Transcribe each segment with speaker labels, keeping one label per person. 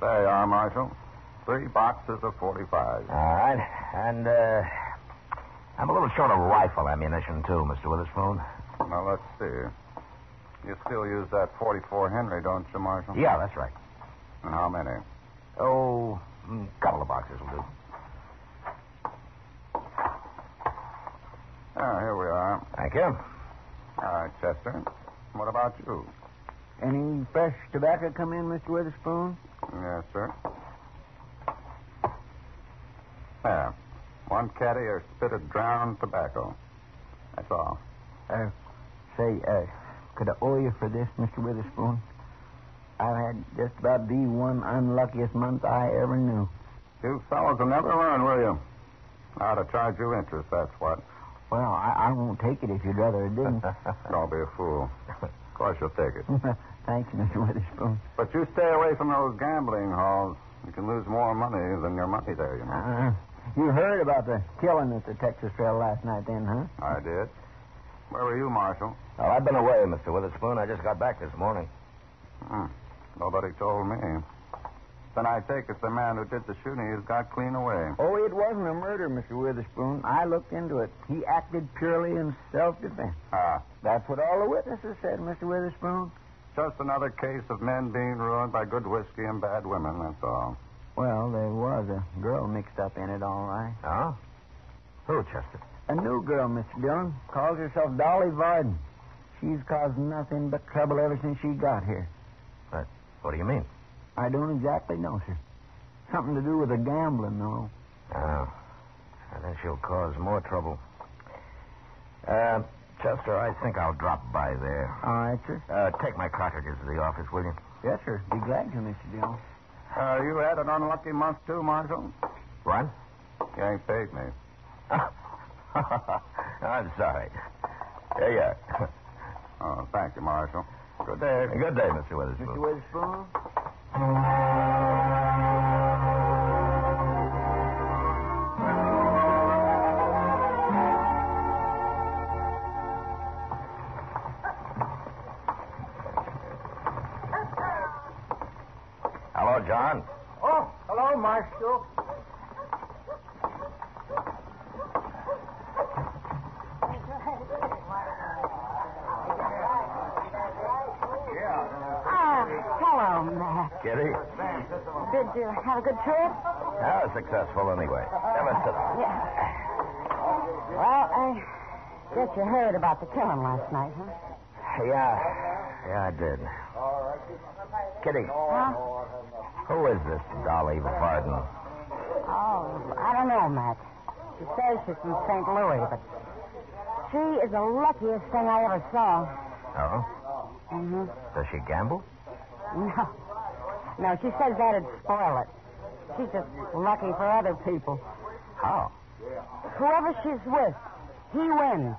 Speaker 1: now, Marshal. Three boxes of 45.
Speaker 2: All right. And, uh, I'm a little short of rifle ammunition, too, Mr. Witherspoon.
Speaker 1: Now, let's see. You still use that 44 Henry, don't you,
Speaker 3: Oh.
Speaker 1: Marshal?
Speaker 2: Yeah, that's right.
Speaker 1: And how many?
Speaker 2: Oh, mm, couple of boxes will do.
Speaker 1: Ah, here we are.
Speaker 2: Thank you.
Speaker 1: All right, Chester. What about you?
Speaker 3: Any fresh tobacco come in, Mr. Witherspoon?
Speaker 1: Yes, sir. There. One caddy or spit of drowned tobacco. That's all.
Speaker 3: Uh, say, uh, could I owe you for this, Mr. Witherspoon? I've had just about the one unluckiest month I ever knew.
Speaker 1: You fellows will never learn, will you? I ought to charge you interest, that's what.
Speaker 3: Well, I, I won't take it if you'd rather it didn't.
Speaker 1: Don't be a fool. Of course you'll take it.
Speaker 3: Thank you, Mr. Witherspoon.
Speaker 1: But you stay away from those gambling halls. You can lose more money than your money there, you know.
Speaker 3: Uh, you heard about the killing at the Texas Trail last night, then, huh?
Speaker 1: I did. Where were you, Marshal?
Speaker 2: Well, I've been away, Mr. Witherspoon. I just got back this morning.
Speaker 1: Hmm. Nobody told me. Then I take it the man who did the shooting has got clean away.
Speaker 3: Oh, it wasn't a murder, Mr. Witherspoon. I looked into it. He acted purely in self-defense.
Speaker 1: Ah,
Speaker 3: That's what all the witnesses said, Mr. Witherspoon.
Speaker 1: just another case of men being ruined by good whiskey and bad women, that's all.
Speaker 3: Well, there was a girl mixed up in it, all right.
Speaker 2: Huh? Who, Chester?
Speaker 3: A new girl, Mr. Dillon, calls herself Dolly Varden. She's caused nothing but trouble ever since she got here.
Speaker 2: But Uh, what do you mean?
Speaker 3: I don't exactly know, sir. Something to do with the gambling, though.
Speaker 2: Oh. And then she'll cause more trouble. Uh, Chester, I think I'll drop by there.
Speaker 3: All right, sir.
Speaker 2: Uh, take my cartridges to the office, will you?
Speaker 3: Yes, sir. Be glad to, Mr. Dillon.
Speaker 1: Uh, you had an unlucky month, too, Marshal?
Speaker 2: What?
Speaker 1: You ain't paid me.
Speaker 2: I'm sorry. There you are.
Speaker 1: Oh, thank you, Marshal.
Speaker 2: Good day. Good day, Mr. Witherspoon.
Speaker 3: Mr. Witherspoon?
Speaker 2: Hello, John.
Speaker 3: Oh, hello, Marshal.
Speaker 4: Oh, hello, Matt.
Speaker 2: Kitty?
Speaker 4: Did you have a good trip?
Speaker 2: How successful, anyway. Never sit down.
Speaker 4: Yeah. Well, I guess you heard about the killing last night, huh?
Speaker 2: Yeah. Yeah, I did. Kitty,
Speaker 4: Huh?
Speaker 2: who is this Dolly Varden?
Speaker 4: Oh, I don't know, Matt. She says she's from St. Louis, but she is the luckiest thing I ever saw.
Speaker 2: Oh?
Speaker 4: Mm-hmm.
Speaker 2: Does she gamble?
Speaker 4: No. No, she says that'd spoil it. She's just lucky for other people.
Speaker 2: How?
Speaker 4: Whoever she's with, he wins.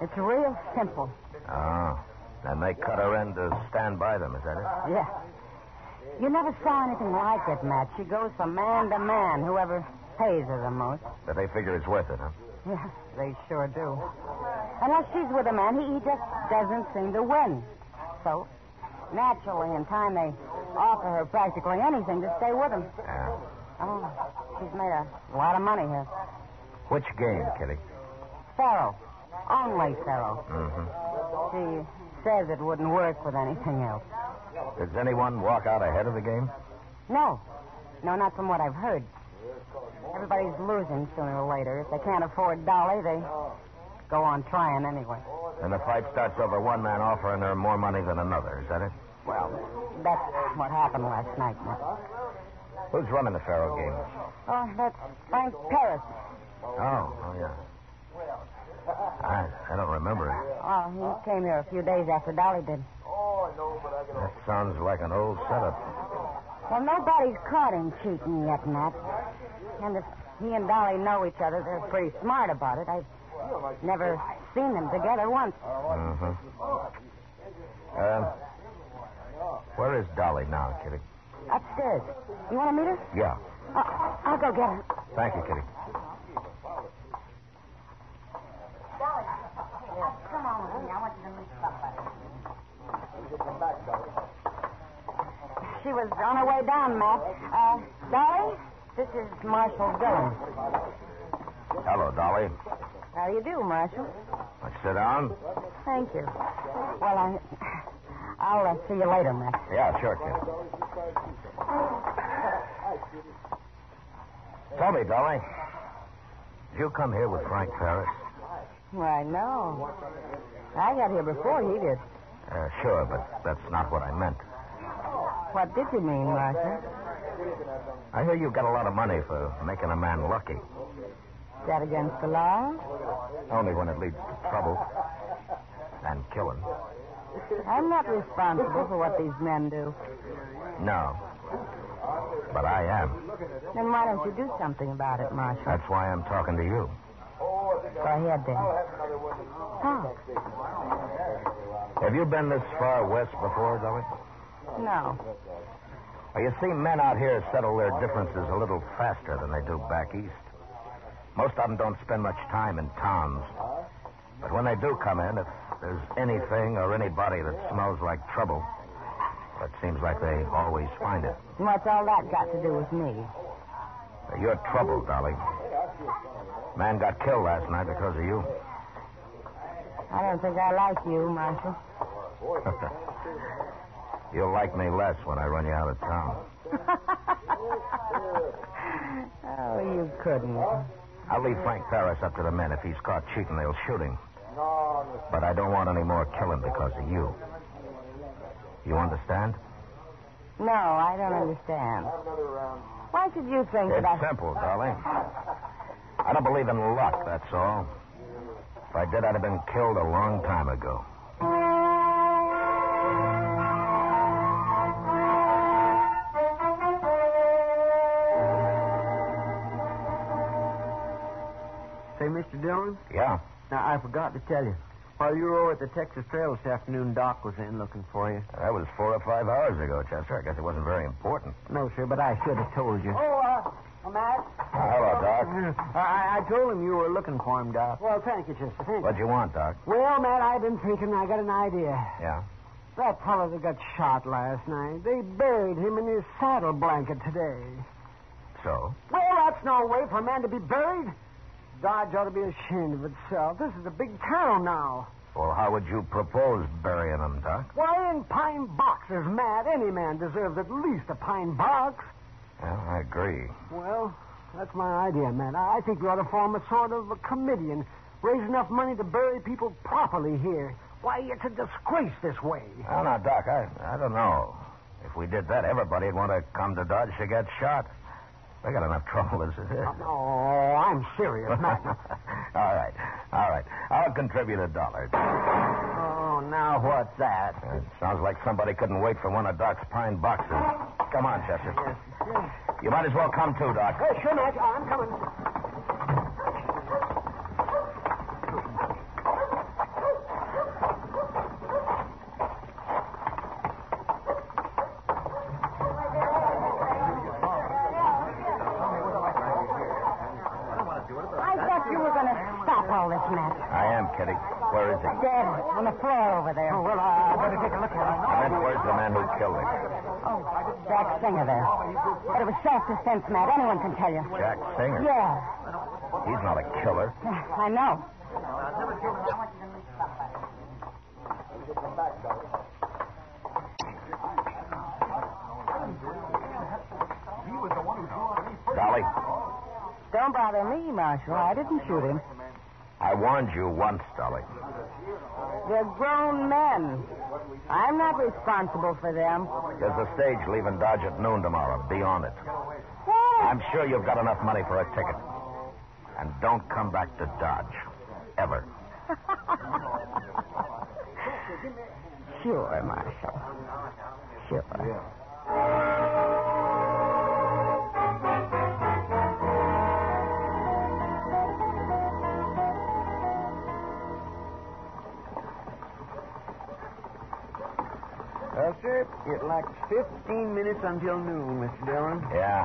Speaker 4: It's real simple.
Speaker 2: Oh. Then they cut her in to stand by them, is that it?
Speaker 4: Yeah. You never saw anything like it, Matt. She goes from man to man, whoever pays her the most.
Speaker 2: But they figure it's worth it, huh?
Speaker 4: Yeah, they sure do. Unless she's with a man, he, he just doesn't seem to win. So, naturally, in time, they offer her practically anything to stay with him.
Speaker 2: Yeah.
Speaker 4: Oh, she's made a lot of money here.
Speaker 2: Which game, Kitty?
Speaker 4: Pharaoh. Only Pharaoh.
Speaker 2: Mm-hmm.
Speaker 4: She says it wouldn't work with anything else.
Speaker 2: Does anyone walk out ahead of the game?
Speaker 4: No. No, not from what I've heard. Everybody's losing sooner or later. If they can't afford Dolly, they go on trying anyway.
Speaker 2: And the fight starts over one man offering her more money than another, is that it?
Speaker 4: Well, that's what happened last night. Nick.
Speaker 2: Who's running the faro game?
Speaker 4: Oh, that's Frank Paris.
Speaker 2: Oh, oh yeah. I, I don't remember it.
Speaker 4: Oh, he came here a few days after Dolly did.
Speaker 2: That sounds like an old setup.
Speaker 4: Well, nobody's caught him cheating yet, Matt. And if he and Dolly know each other, they're pretty smart about it. I've never seen them together once.
Speaker 2: Mm-hmm. Uh, where is Dolly now, Kitty?
Speaker 4: Upstairs. You want to meet her?
Speaker 2: Yeah.
Speaker 4: Oh, I'll go get her.
Speaker 2: Thank you, Kitty.
Speaker 4: Come on with me. I want you to meet somebody. She
Speaker 5: she was on her way down, Matt. Uh, Dolly, this is Marshal Dillon.
Speaker 2: Hello, Dolly.
Speaker 5: How do you do, Marshal?
Speaker 2: Let's sit down.
Speaker 5: Thank you. Well, I, I'll uh, see you later, Matt.
Speaker 2: Yeah, sure, kid. Tell me, Dolly. Did you come here with Frank Ferris?
Speaker 5: Why, no. I got here before he did.
Speaker 2: Uh, sure, but that's not what I meant.
Speaker 5: What did you mean, Marshal?
Speaker 2: I hear you got a lot of money for making a man lucky.
Speaker 5: Is that against the law?
Speaker 2: Only when it leads to trouble and killing.
Speaker 5: I'm not responsible for what these men do.
Speaker 2: No. But I am.
Speaker 5: Then why don't you do something about it, Marshal?
Speaker 2: That's why I'm talking to you.
Speaker 5: Go ahead, then. Talk.
Speaker 2: Have you been this far west before, Dolly?
Speaker 5: No.
Speaker 2: Well, you see, men out here settle their differences a little faster than they do back east. Most of them don't spend much time in towns. But when they do come in, if there's anything or anybody that smells like trouble, it seems like they always find it.
Speaker 5: And what's all that got to do with me?
Speaker 2: You're trouble, Dolly. Man got killed last night because of you.
Speaker 5: I don't think I like you, Marshal.
Speaker 2: You'll like me less when I run you out of town.
Speaker 5: Oh, you couldn't.
Speaker 2: I'll leave Frank Ferris up to the men. If he's caught cheating, they'll shoot him. But I don't want any more killing because of you. You understand?
Speaker 5: No, I don't understand. Why should you think that
Speaker 2: It's
Speaker 5: I...
Speaker 2: simple, darling. I don't believe in luck, that's all. If I did, I'd have been killed a long time ago.
Speaker 3: Say, Mr. Dillon,
Speaker 2: Yeah.
Speaker 3: now I forgot to tell you. While you were over at the Texas Trail this afternoon, Doc was in looking for you.
Speaker 2: That was four or five hours ago, Chester. I guess it wasn't very important.
Speaker 3: No, sir, but I should have told you.
Speaker 4: Oh, uh, Matt?
Speaker 2: Hello, Doc.
Speaker 3: I, I told him you were looking for him, Doc.
Speaker 4: Well, thank you, Chester. Thank you.
Speaker 2: What'd you want, Doc?
Speaker 4: Well, Matt, I've been thinking. I got an idea.
Speaker 2: Yeah.
Speaker 4: That fellow that got shot last night, they buried him in his saddle blanket today.
Speaker 2: So?
Speaker 4: Well, that's no way for a man to be buried. Dodge ought to be ashamed of itself. This is a big town now.
Speaker 2: Well, how would you propose burying him, Doc?
Speaker 4: Why, in pine boxes, Matt, any man deserves at least a pine box.
Speaker 2: Well, I agree.
Speaker 4: Well, that's my idea, Matt. I I think we ought to form a sort of a committee and raise enough money to bury people properly here. Why, it's a disgrace this way.
Speaker 2: Well, now, Doc, I, I don't know. If we did that, everybody'd want to come to Dodge to get shot. They got enough trouble as it is.
Speaker 4: Oh, I'm serious,
Speaker 2: all
Speaker 4: Matt.
Speaker 2: right, all right. I'll contribute a dollar.
Speaker 3: Oh, now what's that?
Speaker 2: It sounds like somebody couldn't wait for one of Doc's pine boxes. Come on, Chester. You might as well come too, Doc.
Speaker 4: Hey, sure, Matt. oh, I'm coming.
Speaker 5: I thought you were going to stop all this, Matt.
Speaker 2: I am, Kitty. Where is he?
Speaker 5: Dead on the floor over there.
Speaker 4: Oh, Well, I better take a look at
Speaker 2: I meant where's the man who killed him?
Speaker 5: Oh, Jack Singer there. But it was self-defense, Matt. Anyone can tell you.
Speaker 2: Jack Singer.
Speaker 5: Yeah,
Speaker 2: He's not a killer.
Speaker 5: I know.
Speaker 2: Dolly,
Speaker 5: Don't bother me, Marshal. I didn't shoot him.
Speaker 2: I warned you once, Dolly.
Speaker 5: They're grown men. I'm not responsible for them.
Speaker 2: There's a stage leaving Dodge at noon tomorrow. Be on it. I'm sure you've got enough money for a ticket. And don't come back to Dodge. Ever.
Speaker 5: Sure, Marshal. Sure.
Speaker 3: Well, sir, it lacks 15 minutes until noon, Mr. Dillon.
Speaker 2: Yeah.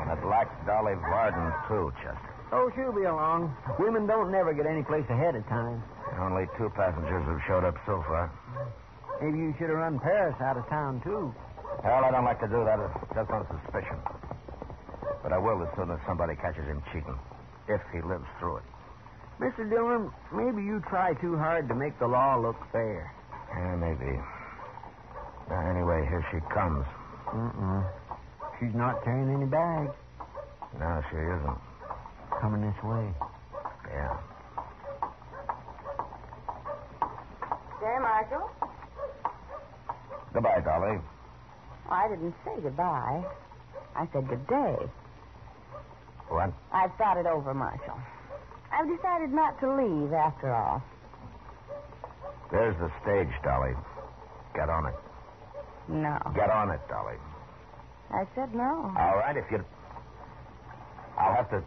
Speaker 2: And it lacks Dolly Varden, too, Chester.
Speaker 3: Oh, she'll be along. Women don't never get any place ahead of time.
Speaker 2: Only two passengers have showed up so far.
Speaker 3: Maybe you should have run Paris out of town, too.
Speaker 2: Well, I don't like to do that. It's just on suspicion. But I will as soon as somebody catches him cheating. If he lives through it.
Speaker 3: Mr. Dillon, maybe you try too hard to make the law look fair.
Speaker 2: Yeah, maybe. Now, anyway, here she comes.
Speaker 3: Mm-mm. She's not carrying any bag.
Speaker 2: No, she isn't.
Speaker 3: Coming this way.
Speaker 2: Yeah.
Speaker 5: There, Marshal.
Speaker 2: Goodbye, Dolly.
Speaker 5: Oh, I didn't say goodbye. I said good day.
Speaker 2: What?
Speaker 5: I've thought it over, Marshal. I've decided not to leave after all.
Speaker 2: There's the stage, Dolly. Get on it.
Speaker 5: No.
Speaker 2: Get on it, Dolly.
Speaker 5: I said no.
Speaker 2: All right, if you. I'll have to.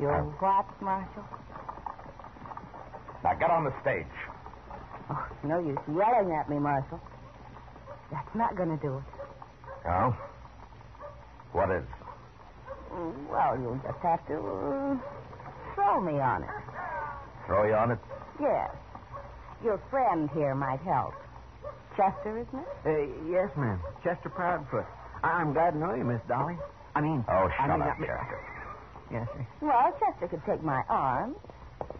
Speaker 5: You're
Speaker 2: Uh,
Speaker 5: what, Marshal?
Speaker 2: Now get on the stage.
Speaker 5: Oh, no use yelling at me, Marshal. That's not going to do it.
Speaker 2: Oh? What is?
Speaker 5: Mm, Well, you'll just have to uh, throw me on it.
Speaker 2: Throw you on it?
Speaker 5: Yes. Your friend here might help. Chester, isn't it?
Speaker 3: Uh, yes, ma'am. Chester Proudfoot. I- I'm glad to know you, Miss Dolly. I mean,
Speaker 2: Oh, shut
Speaker 3: I mean,
Speaker 2: up,
Speaker 3: I-
Speaker 2: Chester.
Speaker 3: yes, sir.
Speaker 5: Well, Chester could take my arms.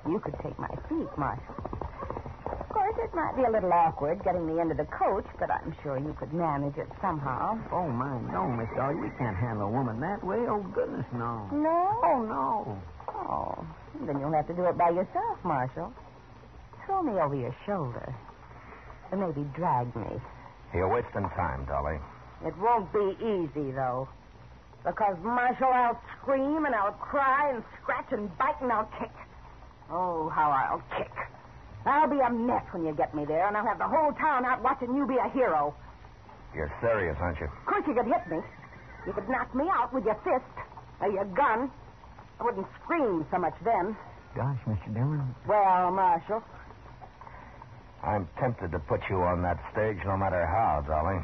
Speaker 5: You could take my feet, Marshal. Of course, it might be a little awkward getting me into the coach, but I'm sure you could manage it somehow.
Speaker 3: Oh, my, no, Miss Dolly. We can't handle a woman that way. Oh, goodness, no.
Speaker 5: No?
Speaker 3: Oh, no.
Speaker 5: Oh, then you'll have to do it by yourself, Marshal. Throw me over your shoulder. Or maybe drag me.
Speaker 2: You're wasting time, Dolly.
Speaker 5: It won't be easy, though. Because, Marshal, I'll scream and I'll cry and scratch and bite and I'll kick. Oh, how I'll kick. I'll be a mess when you get me there, and I'll have the whole town out watching you be a hero.
Speaker 2: You're serious, aren't you?
Speaker 5: Of course, you could hit me. You could knock me out with your fist or your gun. I wouldn't scream so much then.
Speaker 3: Gosh, Mr. Dillon.
Speaker 5: Well, Marshal,
Speaker 2: I'm tempted to put you on that stage no matter how, Dolly.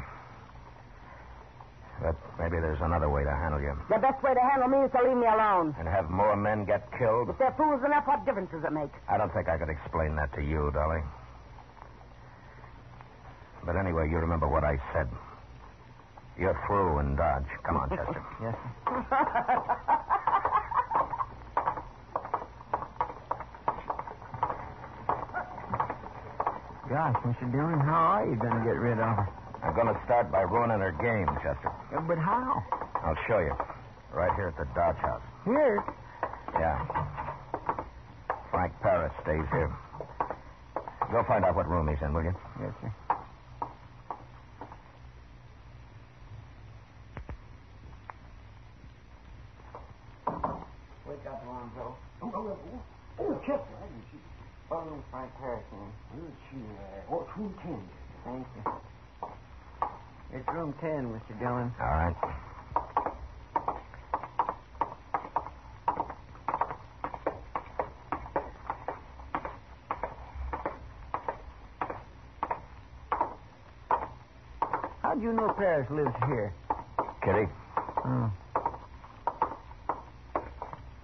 Speaker 2: But maybe there's another way to handle you.
Speaker 5: the best way to handle me is to leave me alone.
Speaker 2: And have more men get killed?
Speaker 5: If they're fools enough, what difference does it make?
Speaker 2: I don't think I could explain that to you, Dolly. But anyway, you remember what I said. You're through in Dodge. Come on, Chester.
Speaker 3: Yes, sir. Gosh, Mr. Dillon, how are you going to get rid of her?
Speaker 2: I'm going to start by ruining her game, Chester.
Speaker 3: Uh, But how?
Speaker 2: I'll show you. Right here at the Dodge House.
Speaker 3: Here.
Speaker 2: Yeah. Frank Paris stays here. Go find out what room he's in, will you?
Speaker 3: Yes, sir. Wake up, Lonzo.
Speaker 4: Oh, Chester.
Speaker 3: Oh, Frank Harris, man. uh, oh, Thank you. It's room 10, Mr. Dillon.
Speaker 2: All right.
Speaker 3: How do you know Paris lives here?
Speaker 2: Kitty?
Speaker 3: Oh,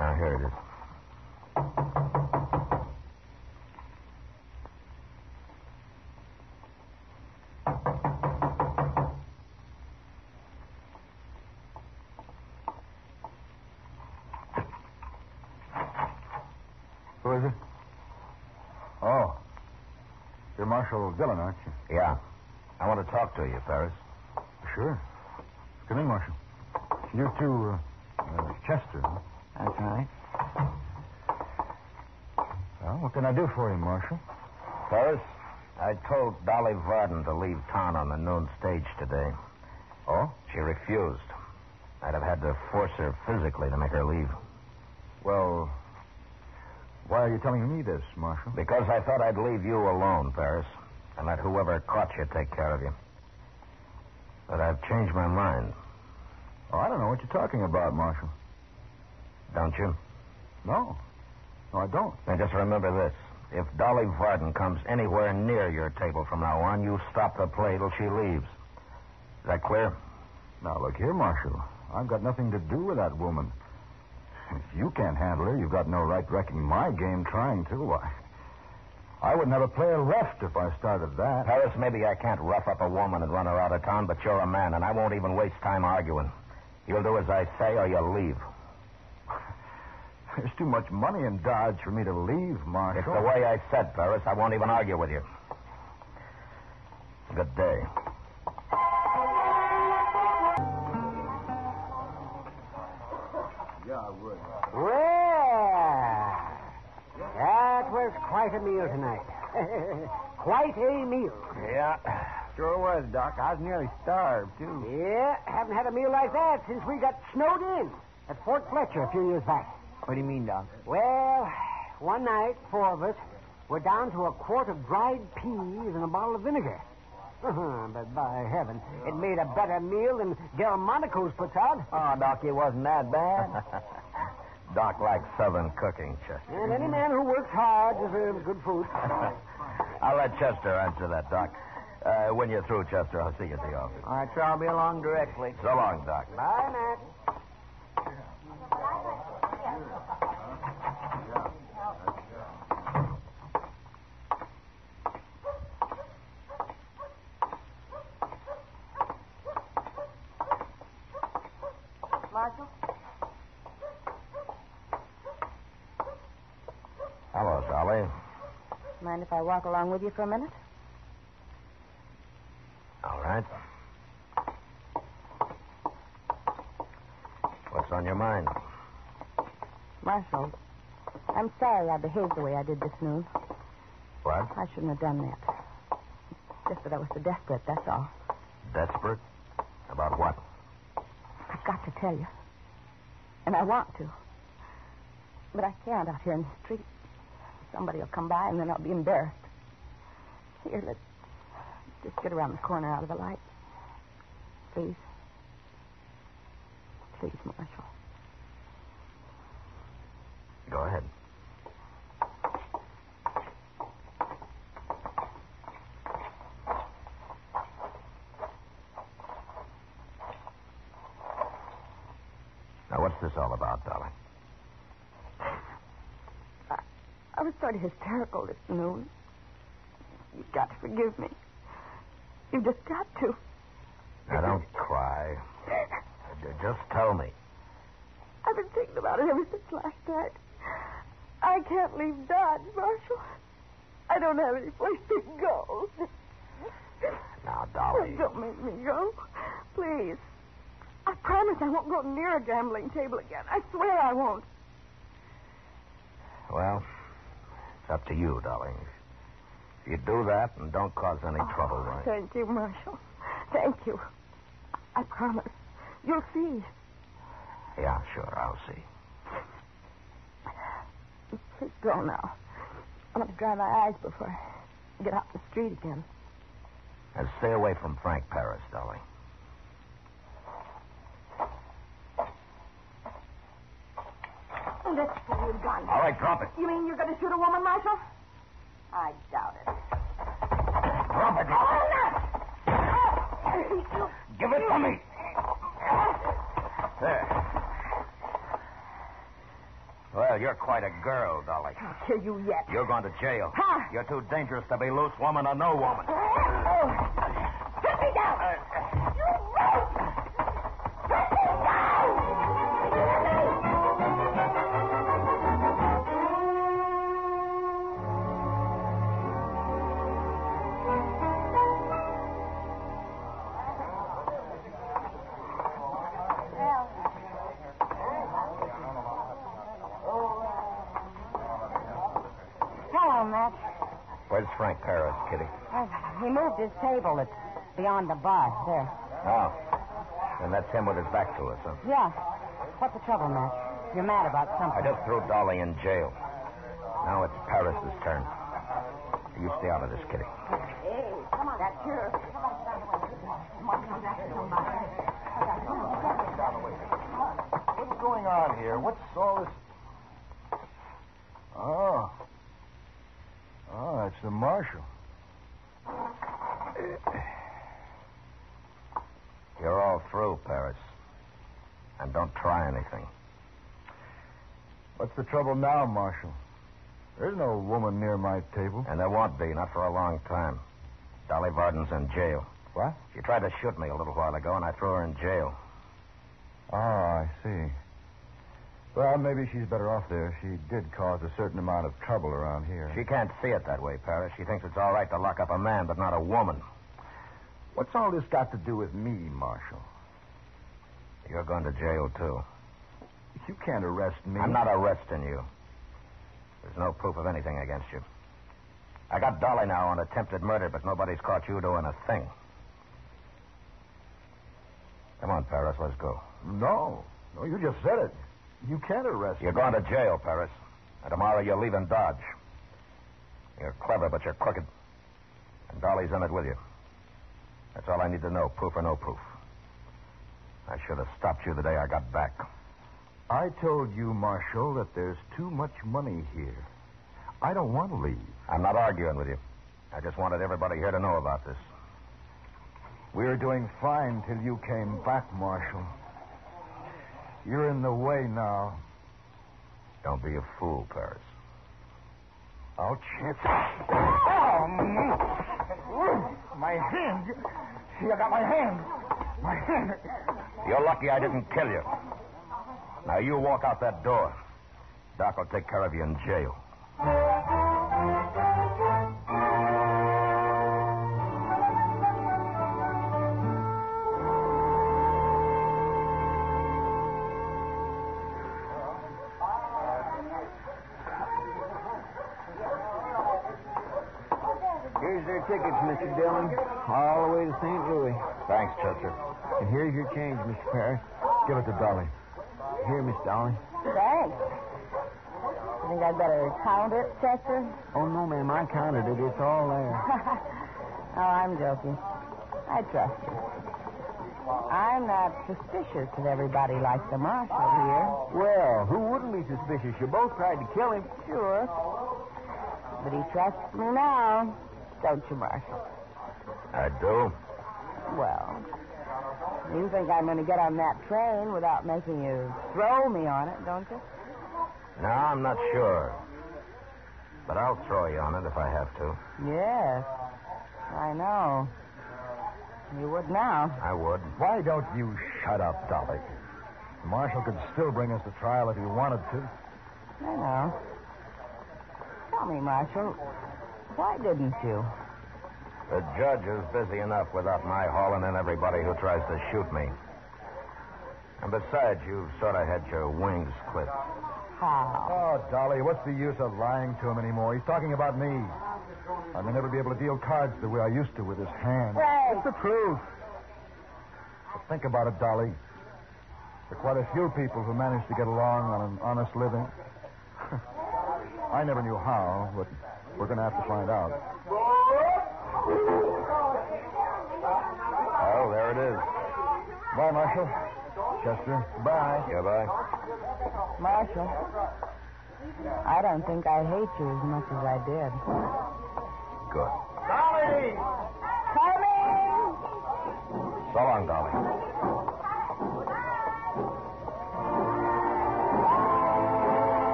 Speaker 2: Ah, here it is.
Speaker 1: Who is it? Oh. You're Marshal Dillon, aren't you?
Speaker 2: Yeah. I want to talk to you, Paris.
Speaker 1: Sure. Come in, Marshal. You too, uh, uh, Chester. huh?
Speaker 3: that's right.
Speaker 1: Well, what can I do for you, Marshal?
Speaker 2: Paris, I told Dolly Varden to leave town on the noon stage today.
Speaker 1: Oh?
Speaker 2: She refused. I'd have had to force her physically to make her leave.
Speaker 1: Well, why are you telling me this, Marshal?
Speaker 2: Because I thought I'd leave you alone, Paris, and let whoever caught you take care of you. But I've changed my mind,
Speaker 1: Oh, I don't know what you're talking about, Marshal.
Speaker 2: don't you?
Speaker 1: No. No, I don't.
Speaker 2: Now just remember this. If Dolly Varden comes anywhere near your table from now on, you stop the play till she leaves. Is that clear?
Speaker 1: Now, look here, Marshal. I've got nothing to do with that woman. If you can't handle her, you've got no right wrecking my game trying to. Why?
Speaker 6: I wouldn't have a player left if I started that.
Speaker 2: Paris, maybe I can't rough up a woman and run her out of town, but you're a man, and I won't even waste time arguing. You'll do as I say, or you'll leave.
Speaker 6: There's too much money in Dodge for me to leave, Marshal.
Speaker 2: It's the way I said, Paris. I won't even argue with you. Good day.
Speaker 4: Well, that was quite a meal tonight. quite a meal.
Speaker 2: Yeah.
Speaker 3: Sure was, Doc. I was nearly starved, too.
Speaker 4: Yeah, haven't had a meal like that since we got snowed in at Fort Fletcher a few years back.
Speaker 3: What do you mean, Doc?
Speaker 4: Well, one night, four of us were down to a quart of dried peas and a bottle of vinegar. but by heaven, it made a better meal than Delmonico's puts out.
Speaker 3: Oh, Doc, it wasn't that bad.
Speaker 2: Doc likes Southern cooking, Chester.
Speaker 4: And any man who works hard deserves good food.
Speaker 2: I'll let Chester answer that, Doc. Uh, when you're through, Chester, I'll see you at the office.
Speaker 3: All right, sure, I'll be along directly.
Speaker 2: So long, Doc.
Speaker 4: Bye, Matt.
Speaker 5: Marshal?
Speaker 2: Hello, Sally.
Speaker 5: Mind if I walk along with you for a minute?
Speaker 2: All right. What's on your mind?
Speaker 5: Marshal, I'm sorry I behaved the way I did this noon.
Speaker 2: What?
Speaker 5: I shouldn't have done that. Just that I was so desperate, that's all.
Speaker 2: Desperate? About what?
Speaker 5: I've got to tell you. And I want to. But I can't out here in the street. Somebody will come by and then I'll be embarrassed. Here, let's just get around the corner out of the light. Please. Please, Marshal.
Speaker 2: Go ahead. Now, what's this all about, darling?
Speaker 5: I was sort of hysterical this noon. You've got to forgive me. You've just got to.
Speaker 2: Now, don't cry. J- Just tell me.
Speaker 5: I've been thinking about it ever since last night. I can't leave Dodge, Marshal. I don't have any place to go.
Speaker 2: Now,
Speaker 5: Oh,
Speaker 2: Dolly.
Speaker 5: don't make me go. Please. I promise I won't go near a gambling table again. I swear I won't.
Speaker 2: Well, it's up to you, darling. If you do that and don't cause any trouble,
Speaker 5: Oh,
Speaker 2: right?
Speaker 5: Thank you, Marshal. Thank you. I promise. You'll see.
Speaker 2: Yeah, sure, I'll see.
Speaker 5: Please go now. I want to dry my eyes before I get out in the street again.
Speaker 2: And stay away from Frank Paris, darling.
Speaker 5: Let's see you gun.
Speaker 2: All right, drop it.
Speaker 5: You mean you're going to shoot a woman, Marshal? I doubt it.
Speaker 2: Drop it now. Give it to me. There. Well, you're quite a girl, Dolly.
Speaker 5: I'll kill you yet.
Speaker 2: You're going to jail.
Speaker 5: Ha!
Speaker 2: You're too dangerous to be loose woman or no woman.
Speaker 5: Put me down! Hello, Matt.
Speaker 2: Where's Frank Paris, Kitty?
Speaker 5: He moved his table. It's beyond the bar. There.
Speaker 2: Oh. And that's him with his back to us, huh?
Speaker 5: Yeah. What's the trouble, Matt? You're mad about
Speaker 2: I
Speaker 5: something.
Speaker 2: just threw Dolly in jail. Now it's Paris's turn. You stay out of this, Kitty.
Speaker 5: Hey, come on. That's yours.
Speaker 6: What's going on here? What's all this? Oh. Oh, it's the marshal.
Speaker 2: You're all through, Paris. And don't try anything.
Speaker 6: What's the trouble now, Marshal? There's no woman near my table.
Speaker 2: And there won't be, not for a long time. Dolly Varden's in jail.
Speaker 6: What?
Speaker 2: She tried to shoot me a little while ago, and I threw her in jail.
Speaker 6: Oh, I see. Well, maybe she's better off there. She did cause a certain amount of trouble around here.
Speaker 2: She can't see it that way, Paris. She thinks it's all right to lock up a man, but not a woman.
Speaker 6: What's all this got to do with me, Marshal?
Speaker 2: You're going to jail, too.
Speaker 6: You can't arrest me.
Speaker 2: I'm not arresting you. There's no proof of anything against you. I got Dolly now on attempted murder, but nobody's caught you doing a thing. Come on, Paris, let's go.
Speaker 6: No. No, you just said it. You can't arrest
Speaker 2: You're
Speaker 6: me.
Speaker 2: going to jail, Paris. And tomorrow you're leaving Dodge. You're clever, but you're crooked. And Dolly's in it with you. That's all I need to know, proof or no proof. I should have stopped you the day I got back.
Speaker 6: I told you, Marshal, that there's too much money here. I don't want to leave.
Speaker 2: I'm not arguing with you. I just wanted everybody here to know about this.
Speaker 6: We were doing fine till you came back, Marshal. You're in the way now.
Speaker 2: Don't be a fool, Paris.
Speaker 6: I'll chance. Oh, mm. my hand. See, I got my hand. My hand.
Speaker 2: You're lucky I didn't kill you. Now you walk out that door. Doc will take care of you in jail.
Speaker 3: Here's their tickets, Mr. Dillon. All the way to St. Louis.
Speaker 2: Thanks, Chester.
Speaker 3: And here's your change, Mr. Parrish.
Speaker 6: Give it to Dolly.
Speaker 3: Here, Miss Dolly.
Speaker 5: Thanks. I think I'd better count it, Chester.
Speaker 3: Oh, no, ma'am. I counted it. It's all there.
Speaker 5: no, Oh, I'm joking. I trust you. I'm not suspicious of everybody like the marshal here.
Speaker 3: Well, who wouldn't be suspicious? You both tried to kill him.
Speaker 5: Sure. But he trusts me now. Don't you, Marshal?
Speaker 2: I do.
Speaker 5: Well, you think I'm going to get on that train without making you throw me on it, don't you?
Speaker 2: No, I'm not sure. But I'll throw you on it if I have to.
Speaker 5: Yes. I know. You would now.
Speaker 2: I would.
Speaker 6: Why don't you shut up, Dolly? The marshal could still bring us to trial if he wanted to.
Speaker 5: I know. Tell me, Marshal, why didn't you?
Speaker 2: The judge is busy enough without my hauling in everybody who tries to shoot me. And besides, you've sort of had your wings clipped.
Speaker 5: How?
Speaker 6: Oh, Dolly, what's the use of lying to him anymore? He's talking about me. I may never be able to deal cards the way I used to with his hand.
Speaker 5: Hey.
Speaker 6: It's the truth. But think about it, Dolly. There are quite a few people who manage to get along on an honest living. I never knew how, but we're going to have to find out.
Speaker 2: Oh, there it is.
Speaker 6: Bye, Marshal. Chester. Bye.
Speaker 2: Goodbye.
Speaker 5: Marshal, I don't think I hate you as much as I did.
Speaker 2: Good.
Speaker 5: Coming!
Speaker 2: So long, Dolly.